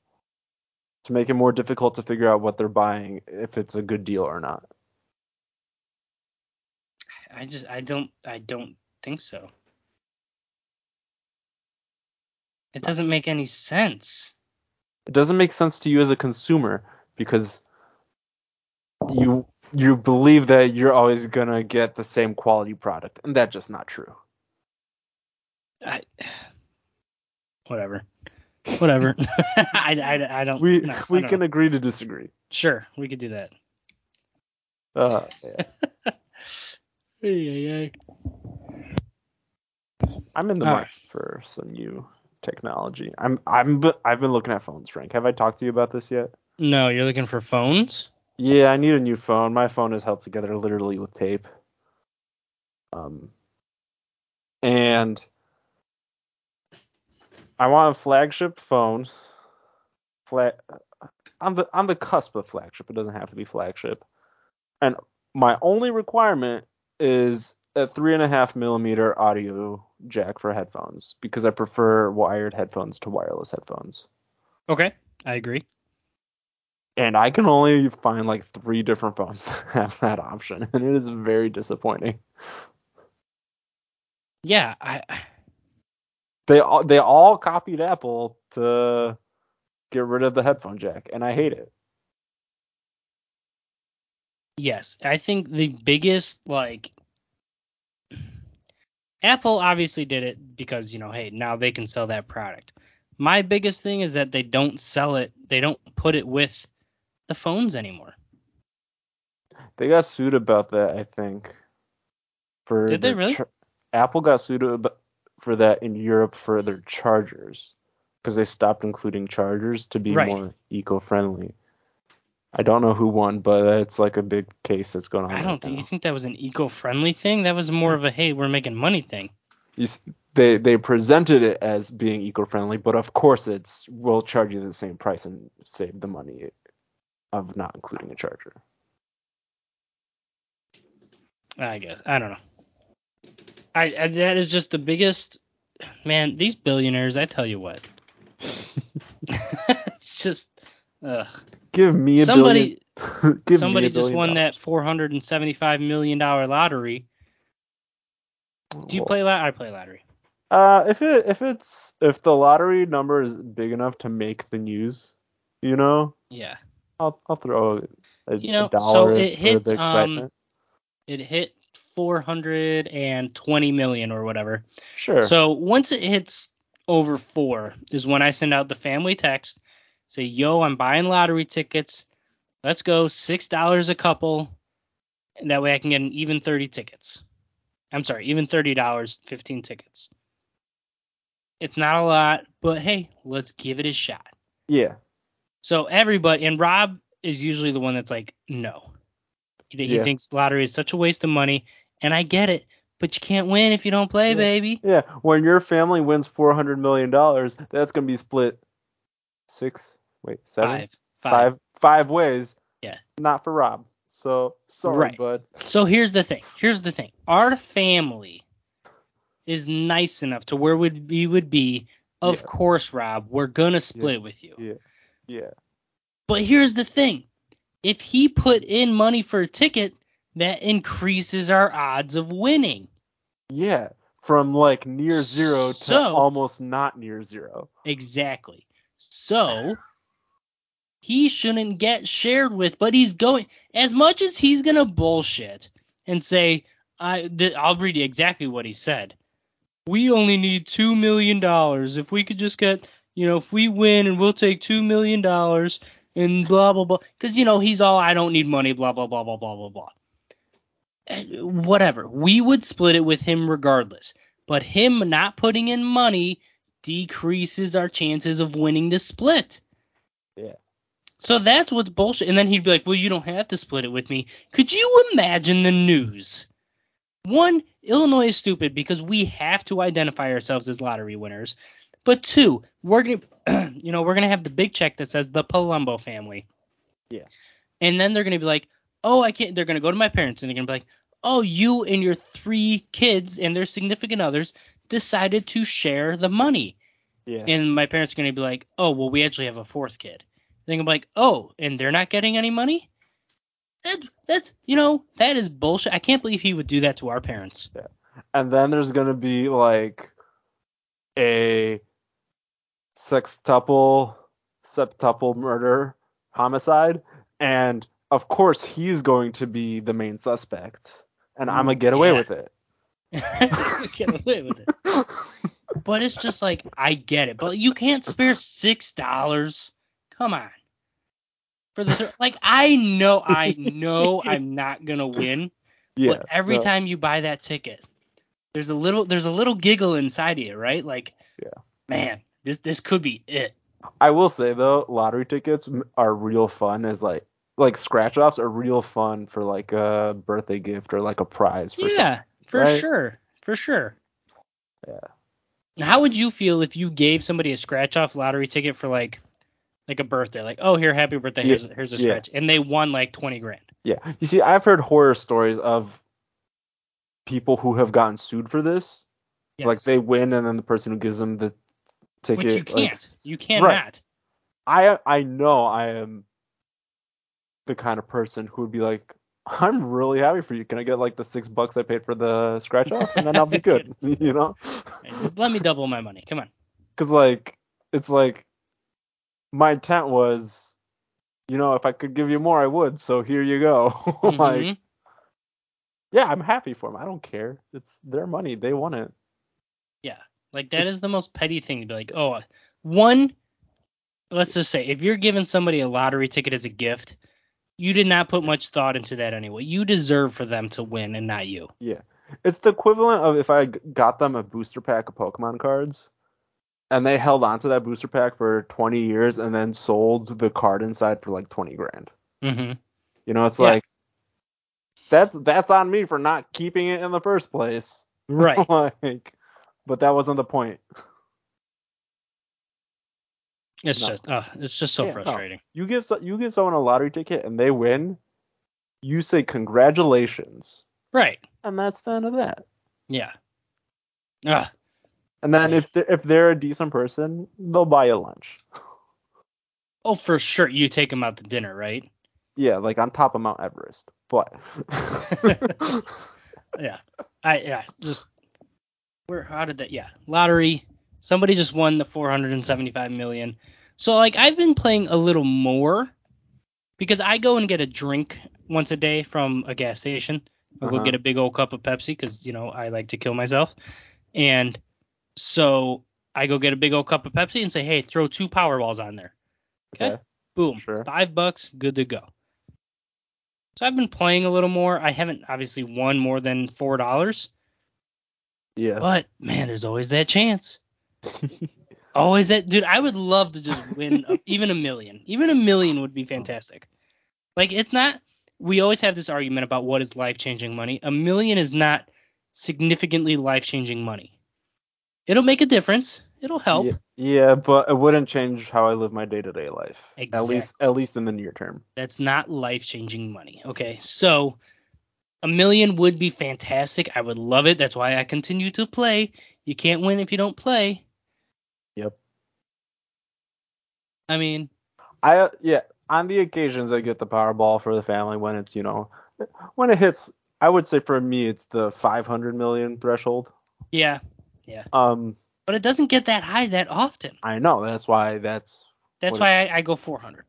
Speaker 2: to make it more difficult to figure out what they're buying if it's a good deal or not.
Speaker 1: I just I don't I don't think so. It doesn't make any sense.
Speaker 2: It doesn't make sense to you as a consumer because you you believe that you're always gonna get the same quality product, and that's just not true.
Speaker 1: I, whatever, whatever. I, I, I don't.
Speaker 2: We
Speaker 1: no, I
Speaker 2: we
Speaker 1: don't
Speaker 2: can
Speaker 1: know.
Speaker 2: agree to disagree.
Speaker 1: Sure, we could do that.
Speaker 2: Uh, I'm in the
Speaker 1: All
Speaker 2: market for some new technology. I'm I'm but I've been looking at phones, Frank. Have I talked to you about this yet?
Speaker 1: No, you're looking for phones.
Speaker 2: Yeah, I need a new phone. My phone is held together literally with tape. Um and I want a flagship phone. Flat on the on the cusp of flagship. It doesn't have to be flagship. And my only requirement is a three and a half millimeter audio jack for headphones because I prefer wired headphones to wireless headphones.
Speaker 1: Okay, I agree.
Speaker 2: And I can only find like three different phones that have that option, and it is very disappointing.
Speaker 1: Yeah, I.
Speaker 2: They all they all copied Apple to get rid of the headphone jack, and I hate it.
Speaker 1: Yes, I think the biggest like. Apple obviously did it because you know, hey, now they can sell that product. My biggest thing is that they don't sell it. They don't put it with the phones anymore.
Speaker 2: They got sued about that, I think. For
Speaker 1: Did they
Speaker 2: their
Speaker 1: really?
Speaker 2: char- Apple got sued ab- for that in Europe for their chargers because they stopped including chargers to be
Speaker 1: Right.
Speaker 2: more eco-friendly. I don't know who won, but it's like a big case that's going on.
Speaker 1: I
Speaker 2: right
Speaker 1: don't think
Speaker 2: now.
Speaker 1: you think that was an eco-friendly thing. That was more of a hey, we're making money thing.
Speaker 2: You s- they they presented it as being eco-friendly, but of course it's we'll charge you the same price and save the money of not including a charger.
Speaker 1: I guess I don't know. I, I that is just the biggest man. These billionaires, I tell you what, it's just ugh.
Speaker 2: Give me a
Speaker 1: somebody
Speaker 2: billion. give
Speaker 1: somebody
Speaker 2: me a
Speaker 1: just
Speaker 2: billion
Speaker 1: won
Speaker 2: dollars.
Speaker 1: that 475 million dollar lottery. Do you
Speaker 2: Well,
Speaker 1: play lot? I play lottery.
Speaker 2: Uh, if it if it's if the lottery number is big enough to make the news, you know,
Speaker 1: Yeah.
Speaker 2: I'll I'll throw a,
Speaker 1: You know, so
Speaker 2: a dollar
Speaker 1: it
Speaker 2: for
Speaker 1: hit,
Speaker 2: the
Speaker 1: um,
Speaker 2: excitement.
Speaker 1: It hit 420 million or whatever.
Speaker 2: sure.
Speaker 1: So once it hits over four is when I send out the family text, say, yo, I'm buying lottery tickets. Let's go six dollars a couple. And that way I can get an even thirty tickets. I'm sorry, even thirty dollars, fifteen tickets. It's not a lot, but hey, let's give it a shot.
Speaker 2: yeah.
Speaker 1: So everybody and Rob is usually the one that's like, no. He, he
Speaker 2: Yeah.
Speaker 1: thinks lottery is such a waste of money, and I get it, but you can't win if you don't play,
Speaker 2: Yeah.
Speaker 1: baby.
Speaker 2: Yeah, when your family wins four hundred million dollars, that's gonna be split six, wait, seven,
Speaker 1: Five. Five.
Speaker 2: five ways.
Speaker 1: Yeah.
Speaker 2: Not for Rob. So sorry,
Speaker 1: Right.
Speaker 2: bud.
Speaker 1: So here's the thing. Here's the thing. Our family is nice enough to where would we would be. Of
Speaker 2: Yeah.
Speaker 1: course, Rob, we're gonna split with you.
Speaker 2: Yeah. Yeah.
Speaker 1: But here's the thing. If he put in money for a ticket, that increases our odds of winning.
Speaker 2: Yeah. From like near zero to
Speaker 1: So-
Speaker 2: almost not near zero.
Speaker 1: Exactly. So he shouldn't get shared with, but he's going as much as he's gonna bullshit and say, I th- I'll read you exactly what he said. We only need two million dollars. If we could just get, you know, if we win and we'll take two million dollars and blah blah blah, because you know he's all I don't need money, blah blah blah blah blah blah blah. And Whatever. We would split it with him regardless, but him not putting in money decreases our chances of winning the split.
Speaker 2: Yeah.
Speaker 1: So that's what's bullshit. And then he'd be like, well, you don't have to split it with me. Could you imagine the news? One, Illinois is stupid because we have to identify ourselves as lottery winners. But two, we're gonna, you know, we're gonna have the big check that says the Palumbo family.
Speaker 2: Yeah.
Speaker 1: And then they're gonna be like, oh, I can't. They're gonna go to my parents and they're gonna be like, oh, you and your three kids and their significant others decided to share the money.
Speaker 2: Yeah.
Speaker 1: And my parents are going to be like, oh, well, we actually have a fourth kid. Then I'm like, oh, and they're not getting any money? That, that's, you know, that is bullshit. I can't believe he would do that to our parents.
Speaker 2: and then there's gonna be like a sextuple, septuple murder, homicide, and of course he's going to be the main suspect, and I'm gonna get away
Speaker 1: Mm, Yeah.
Speaker 2: with it.
Speaker 1: Get away with it. But it's just like, I get it. But you can't spare $6. Come on. For the thir- like, I know, I know I'm not going to win.
Speaker 2: Yeah.
Speaker 1: but every
Speaker 2: no,
Speaker 1: time you buy that ticket, there's a little there's a little giggle inside of you, right? Like,
Speaker 2: Yeah.
Speaker 1: man, this this could be it.
Speaker 2: I will say though, lottery tickets m- are real fun as like like scratch offs are real fun for like a birthday gift or like a prize for something.
Speaker 1: yeah, for
Speaker 2: right?
Speaker 1: sure, for sure.
Speaker 2: Yeah.
Speaker 1: Now, How would you feel if you gave somebody a scratch off lottery ticket for like like a birthday, like oh here happy birthday
Speaker 2: Yeah,
Speaker 1: here's here's a
Speaker 2: yeah.
Speaker 1: scratch, and they won like twenty grand.
Speaker 2: Yeah. You see, I've heard horror stories of people who have gotten sued for this. Like
Speaker 1: Yes.
Speaker 2: they win and then the person who gives them the ticket.
Speaker 1: which you
Speaker 2: like,
Speaker 1: can't, you cannot.
Speaker 2: Right. I I know I am the kind of person who would be like, I'm really happy for you. Can I get like the six bucks I paid for the scratch off and then I'll be good. you know?
Speaker 1: Right, just let me double my money. Come on.
Speaker 2: Because like it's like my intent was, you know, if I could give you more, I would. So here you go. like
Speaker 1: Mhm.
Speaker 2: yeah, I'm happy for them. I don't care. It's their money. They want it.
Speaker 1: Like that is the most petty thing to be like, oh, uh, one. Let's just say if you're giving somebody a lottery ticket as a gift, you did not put much thought into that anyway. You deserve for them to win and not you.
Speaker 2: It's the equivalent of if I g- got them a booster pack of Pokemon cards and they held on to that booster pack for 20 years and then sold the card inside for like 20 grand.
Speaker 1: Mm-hmm.
Speaker 2: You know, it's
Speaker 1: Yeah.
Speaker 2: like that's that's on me for not keeping it in the first place.
Speaker 1: Right.
Speaker 2: like but that wasn't the point.
Speaker 1: It's
Speaker 2: No.
Speaker 1: just, uh, it's just so
Speaker 2: Yeah, no.
Speaker 1: frustrating.
Speaker 2: You give so- you give someone a lottery ticket and they win, you say congratulations,
Speaker 1: Right.
Speaker 2: and that's the end of that.
Speaker 1: Yeah. Ugh.
Speaker 2: And then if they're, if they're a decent person, they'll buy you lunch.
Speaker 1: Oh, for sure. You take them out to dinner, right?
Speaker 2: Yeah, like on top of Mount Everest. But
Speaker 1: Yeah. I yeah. Just where? How did that? Yeah. Lottery. Somebody just won the 475 million. So like I've been playing a little more because I go and get a drink once a day from a gas station. I will go
Speaker 2: Uh-huh.
Speaker 1: get a big old cup of Pepsi because you know I like to kill myself. And so I go get a big old cup of Pepsi and say, hey, throw two Powerballs on there.
Speaker 2: okay,
Speaker 1: Boom.
Speaker 2: Sure.
Speaker 1: Five bucks, good to go. So I've been playing a little more. I haven't obviously won more than four dollars,
Speaker 2: yeah,
Speaker 1: but man, there's always that chance. always that dude. I would love to just win a, even a million. Even a million would be fantastic. Like it's not. We always have this argument about what is life changing money. A million is not significantly life changing money. It'll make a difference. It'll help.
Speaker 2: Yeah, yeah, but it wouldn't change how I live my day to day life. At least at least in the near term.
Speaker 1: That's not life changing money. Okay. So a million would be fantastic. I would love it. That's why I continue to play. You can't win if you don't play.
Speaker 2: Yep.
Speaker 1: I mean,
Speaker 2: I yeah, on the occasions I get the Powerball for the family when it's you know when it hits. I would say for me it's the 500 million threshold.
Speaker 1: yeah,
Speaker 2: Um,
Speaker 1: but it doesn't get that high that often.
Speaker 2: I know that's why that's
Speaker 1: That's
Speaker 2: What
Speaker 1: why I, I go 400.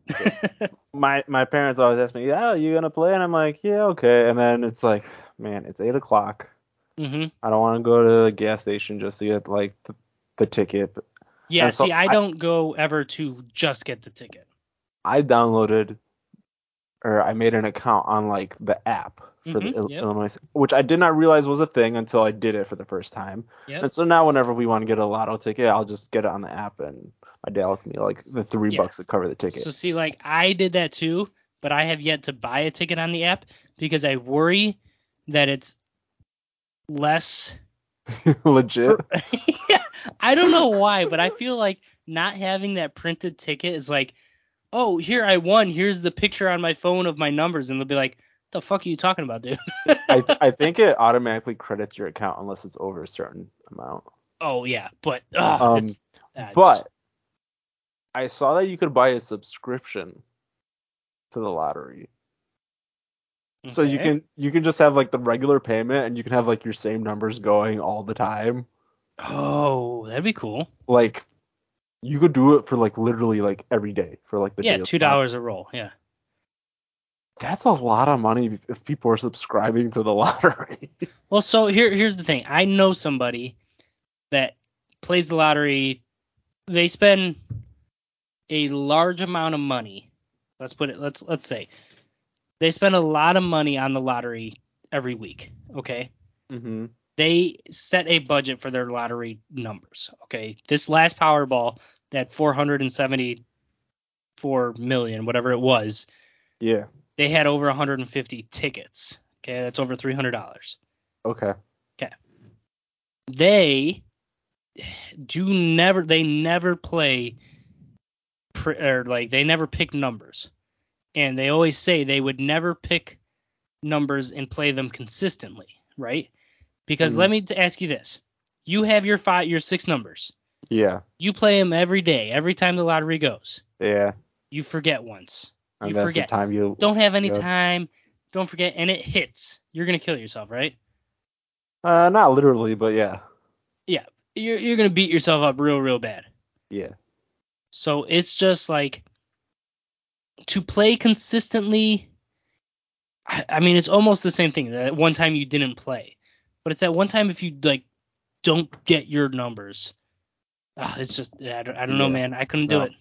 Speaker 2: my my parents always ask me, "Yeah, you gonna play?" And I'm like, "Yeah, okay." And then it's like, man, it's eight o'clock.
Speaker 1: hmm
Speaker 2: I don't want to go to the gas station just to get like the, the ticket. But
Speaker 1: Yeah.
Speaker 2: And so
Speaker 1: see, I,
Speaker 2: I-
Speaker 1: don't go ever to just get the ticket.
Speaker 2: I downloaded or I made an account on like the app for
Speaker 1: Mhm,
Speaker 2: the Il-
Speaker 1: yep.
Speaker 2: Illinois, which I did not realize was a thing until I did it for the first time.
Speaker 1: Yep.
Speaker 2: And so now whenever we want to get a lotto ticket, I'll just get it on the app, and my dad will give me like the three
Speaker 1: Yeah.
Speaker 2: bucks to cover the ticket.
Speaker 1: So see, like I did that too, but I have yet to buy a ticket on the app because I worry that it's less
Speaker 2: Legit.
Speaker 1: yeah, I don't know why, but I feel like not having that printed ticket is like, oh, here I won. Here's the picture on my phone of my numbers, and they'll be like, the fuck are you talking about, dude?
Speaker 2: I I think it automatically credits your account unless it's over a certain amount.
Speaker 1: oh yeah, but ugh,
Speaker 2: Um,
Speaker 1: it's- uh,
Speaker 2: but
Speaker 1: just-
Speaker 2: I saw that you could buy a subscription to the lottery. So you
Speaker 1: okay.
Speaker 2: can you can just have like the regular payment and you can have like your same numbers going all the time.
Speaker 1: Oh, that'd be cool.
Speaker 2: Like you could do it for like literally like every day for like the day
Speaker 1: Yeah,
Speaker 2: of
Speaker 1: two
Speaker 2: the lottery.
Speaker 1: dollars a roll. Yeah.
Speaker 2: That's a lot of money if people are subscribing to the lottery.
Speaker 1: Well, so here here's the thing. I know somebody that plays the lottery. They spend a large amount of money. Let's put it let's let's say they spend a lot of money on the lottery every week, okay?
Speaker 2: mm-hmm.
Speaker 1: They set a budget for their lottery numbers, okay? This last Powerball that 474 million whatever it was,
Speaker 2: Yeah.
Speaker 1: they had over 150 tickets. Okay, that's over $300.
Speaker 2: Okay.
Speaker 1: they do never they never play pr or like they never pick numbers and they always say they would never pick numbers and play them consistently right because
Speaker 2: Mhm.
Speaker 1: let me t- ask you this you have your five your six numbers
Speaker 2: Yeah.
Speaker 1: you play them every day every time the lottery goes
Speaker 2: Yeah.
Speaker 1: you forget once
Speaker 2: And
Speaker 1: You
Speaker 2: that's
Speaker 1: forget.
Speaker 2: the time you
Speaker 1: don't have any
Speaker 2: Yeah.
Speaker 1: time don't forget and it hits you're gonna kill yourself right
Speaker 2: uh not literally, but yeah.
Speaker 1: you're, you're gonna beat yourself up real real bad
Speaker 2: Yeah.
Speaker 1: So it's just like to play consistently. I, I mean, it's almost the same thing. That one time you didn't play, but it's that one time if you like don't get your numbers. Ah, it's just I don't, I don't know,
Speaker 2: Yeah.
Speaker 1: man. I couldn't do
Speaker 2: No.
Speaker 1: it.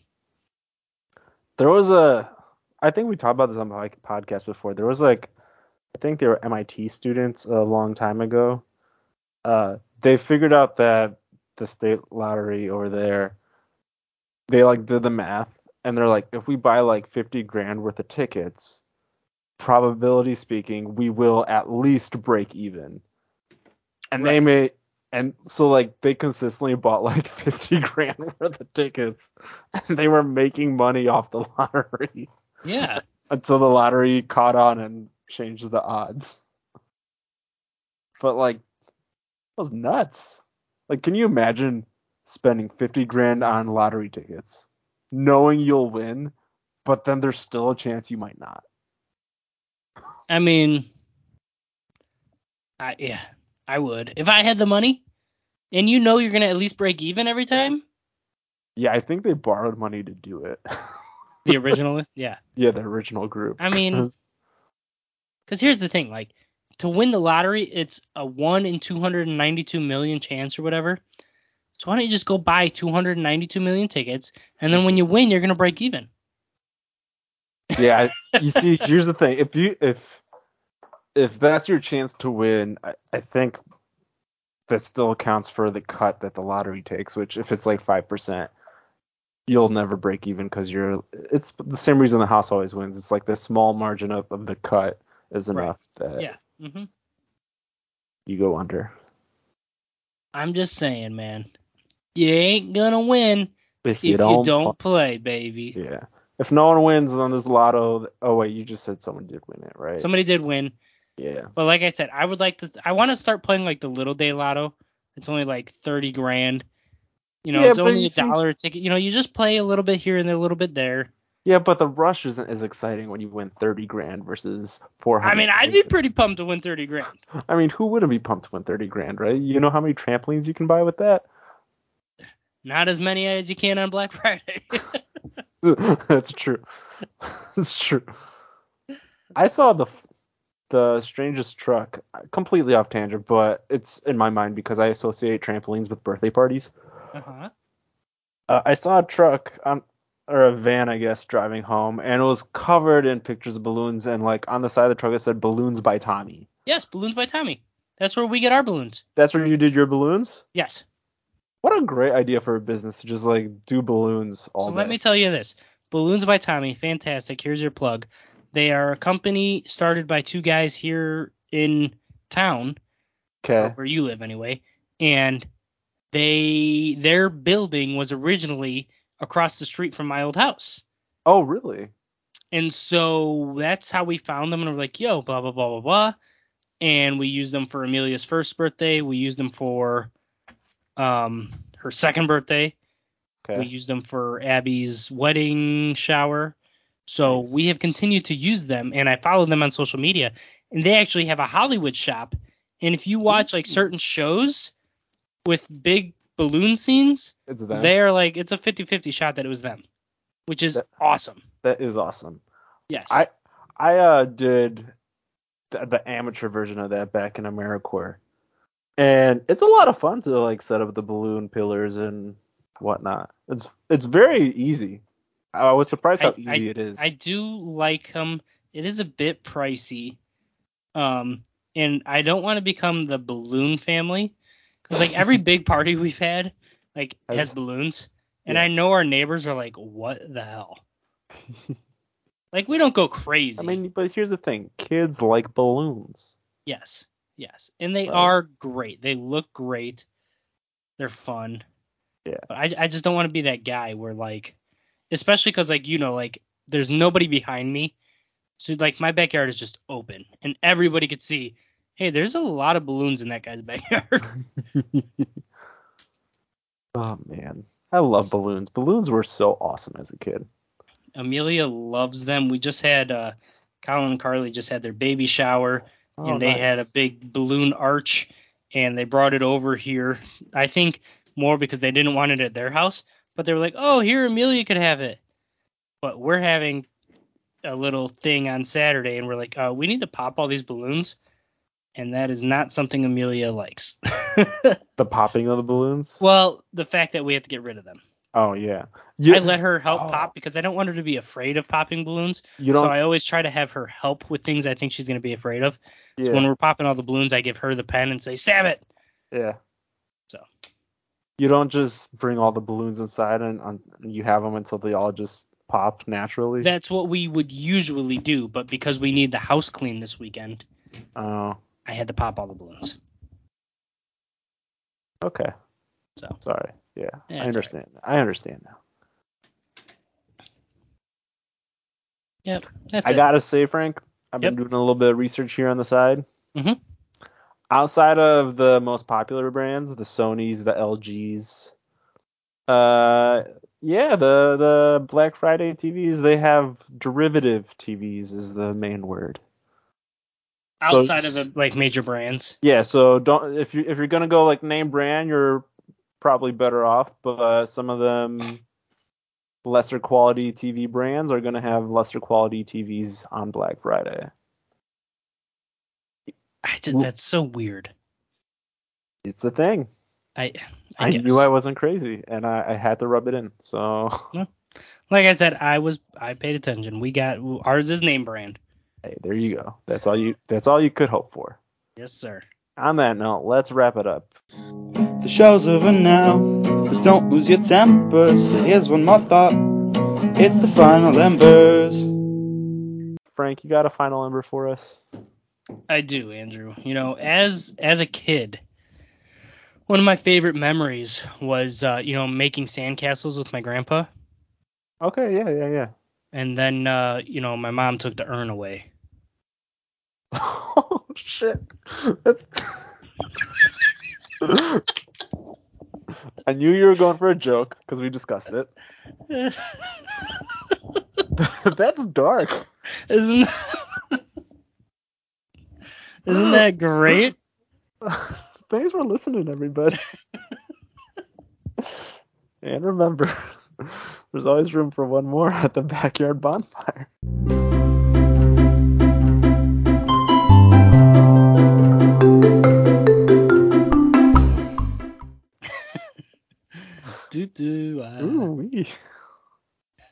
Speaker 2: There was a, I think we talked about this on the pod- podcast before. There was like, I think they were MIT students a long time ago. Uh, they figured out that the state lottery over there, they like did the math and they're like, if we buy like 50 grand worth of tickets, probability speaking, we will at least break even. And they made And so like they consistently bought like 50 grand worth of tickets and they were making money off the lottery
Speaker 1: Yeah.
Speaker 2: until the lottery caught on and changed the odds. But like that was nuts. Like can you imagine spending 50 grand on lottery tickets knowing you'll win but then there's still a chance you might not.
Speaker 1: I mean, I yeah, I would if I had the money, and you know you're gonna at least break even every time.
Speaker 2: Yeah, I think they borrowed money to do it.
Speaker 1: The original, yeah.
Speaker 2: yeah, the original group.
Speaker 1: I mean,
Speaker 2: 'Cause-
Speaker 1: because here's the thing, like to win the lottery, it's a one in 292 million chance or whatever. So why don't you just go buy 292 million tickets, and then when you win, you're gonna break even.
Speaker 2: yeah, I- you see, here's the thing. If you if if that's your chance to win, I, I think that still accounts for the cut that the lottery takes, which if it's like five percent, you'll never break even because you're. It's the same reason the house always wins. It's like the small margin of, of the cut is
Speaker 1: Right.
Speaker 2: enough that
Speaker 1: Yeah. hmm
Speaker 2: you go under.
Speaker 1: I'm just saying, man, you ain't gonna win
Speaker 2: If
Speaker 1: if
Speaker 2: you don't,
Speaker 1: play, baby.
Speaker 2: yeah. If no one wins on this lotto, oh wait, you just said someone did win it, right?
Speaker 1: Somebody did win.
Speaker 2: yeah.
Speaker 1: But like I said, I would like to. I want to start playing like the little day lotto. It's only like thirty grand. You know,
Speaker 2: Yeah,
Speaker 1: it's
Speaker 2: but
Speaker 1: only
Speaker 2: you
Speaker 1: a
Speaker 2: see-
Speaker 1: dollar a ticket. You know, you just play a little bit here and a little bit there.
Speaker 2: Yeah, but the rush isn't as exciting when you win 30 grand versus 400.
Speaker 1: I mean, I'd be pretty pumped to win thirty grand.
Speaker 2: I mean, who wouldn't be pumped to win 30 grand, right? You know how many trampolines you can buy with that?
Speaker 1: Not as many as you can on Black Friday.
Speaker 2: That's true. That's true. I saw the the strangest truck completely off tangent, but it's in my mind because I associate trampolines with birthday parties.
Speaker 1: uh-huh.
Speaker 2: Uh, I saw a truck on or a van, I guess, driving home, and it was covered in pictures of balloons, and like on the side of the truck it said "Balloons by Tommy."
Speaker 1: Yes, balloons by Tommy. That's where we get our balloons.
Speaker 2: That's where you did your balloons.
Speaker 1: Yes.
Speaker 2: What a great idea for a business to just like do balloons all
Speaker 1: so
Speaker 2: day.
Speaker 1: let me tell you this balloons by tommy fantastic here's your plug they are a company started by two guys here in town or
Speaker 2: okay.
Speaker 1: where you live anyway and they their building was originally across the street from my old house
Speaker 2: Oh really?
Speaker 1: and so that's how we found them and we're like yo blah blah blah blah blah and we used them for amelia's first birthday we used them for um her second birthday
Speaker 2: Okay.
Speaker 1: we used them for Abby's wedding shower. So
Speaker 2: Nice.
Speaker 1: we have continued to use them, and I follow them on social media. And they actually have a Hollywood shop. And if you watch like
Speaker 2: Ooh.
Speaker 1: certain shows with big balloon scenes,
Speaker 2: it's them.
Speaker 1: they are like it's a 50-50 shot that it was them, which is
Speaker 2: That-
Speaker 1: awesome.
Speaker 2: that is awesome.
Speaker 1: Yes.
Speaker 2: I- I uh did the, the amateur version of that back in AmeriCorps, and it's a lot of fun to like set up the balloon pillars and whatnot. It's it's very easy. I was surprised how
Speaker 1: I-
Speaker 2: easy it is.
Speaker 1: I do like them. It is a bit pricey. Um, and I don't want to become the balloon family because like every big party we've had like
Speaker 2: Has-
Speaker 1: has, balloons, and
Speaker 2: Yeah.
Speaker 1: I know our neighbors are like, what the hell? like we don't go crazy.
Speaker 2: I mean, but here's the thing: kids like balloons.
Speaker 1: yes, yes, and they
Speaker 2: Right.
Speaker 1: are great. They look great. They're fun.
Speaker 2: Yeah.
Speaker 1: But I I just don't want to be that guy where like, especially because like you know like there's nobody behind me, so like my backyard is just open and everybody could see. Hey, there's a lot of balloons in that guy's backyard.
Speaker 2: oh man, I love balloons. Balloons were so awesome as a kid.
Speaker 1: Amelia loves them. We just had uh, Colin and Carly just had their baby shower,
Speaker 2: Oh,
Speaker 1: and they had a
Speaker 2: nice.
Speaker 1: big balloon arch, and they brought it over here. I think more because they didn't want it at their house, but they were like, "Oh, here Amelia could have it." But we're having a little thing on Saturday, and we're like, uh, "We need to pop all these balloons," and that is not something Amelia likes.
Speaker 2: the popping of the balloons.
Speaker 1: well, the fact that we have to get rid of them.
Speaker 2: Oh yeah. You,
Speaker 1: I let her help
Speaker 2: Oh.
Speaker 1: pop because I don't want her to be afraid of popping balloons.
Speaker 2: you don't.
Speaker 1: So I always try to have her help with things I think she's going to be afraid of.
Speaker 2: yeah,
Speaker 1: So when we're popping all the balloons, I give her the pen and say, "Stab it."
Speaker 2: yeah.
Speaker 1: So.
Speaker 2: You don't just bring all the balloons inside and, and you have them until they all just pop naturally.
Speaker 1: That's what we would usually do, but because we need the house clean this weekend,
Speaker 2: oh.
Speaker 1: I had to pop all the balloons.
Speaker 2: Okay.
Speaker 1: So.
Speaker 2: Sorry. Yeah.
Speaker 1: Yeah,
Speaker 2: I
Speaker 1: it's
Speaker 2: understand. I understand now.
Speaker 1: Yep. That's
Speaker 2: I
Speaker 1: it.
Speaker 2: gotta say, Frank, I've been
Speaker 1: Yep.
Speaker 2: doing a little bit of research here on the side.
Speaker 1: Mhm.
Speaker 2: Outside of the most popular brands, the Sony's, the LG's, uh, yeah, the the Black Friday TVs, they have derivative TVs is the main word. so
Speaker 1: Outside of
Speaker 2: it's-
Speaker 1: the like major brands.
Speaker 2: Yeah, so don't if you if you're gonna go like name brand, you're probably better off. But uh, some of them lesser quality TV brands are gonna have lesser quality TVs on Black Friday.
Speaker 1: I did,
Speaker 2: Wh-
Speaker 1: that's so weird.
Speaker 2: It's a thing.
Speaker 1: I I,
Speaker 2: I,
Speaker 1: guess.
Speaker 2: knew I wasn't crazy, and I, I had to rub it in. So
Speaker 1: like I said, I was I paid attention. We got ours is name brand.
Speaker 2: hey, there you go. That's all you. That's all you could hope for.
Speaker 1: Yes, sir.
Speaker 2: On that note, let's wrap it up.
Speaker 3: The show's over now, but don't lose your tempers. So here's one more thought. It's the final embers.
Speaker 2: Frank, you got a final number for us?
Speaker 1: I do, Andrew. You know, as as a kid, one of my favorite memories was uh, you know making sandcastles with my grandpa,
Speaker 2: Okay, yeah, yeah, yeah.
Speaker 1: and then uh, you know my mom took the urn away.
Speaker 2: Oh shit. That's... I knew you were going for a joke because we discussed it. That's dark.
Speaker 1: Isn't Isn't that great?
Speaker 2: Thanks for listening, everybody. and remember, there's always room for one more at the backyard bonfire.
Speaker 1: Uh-huh.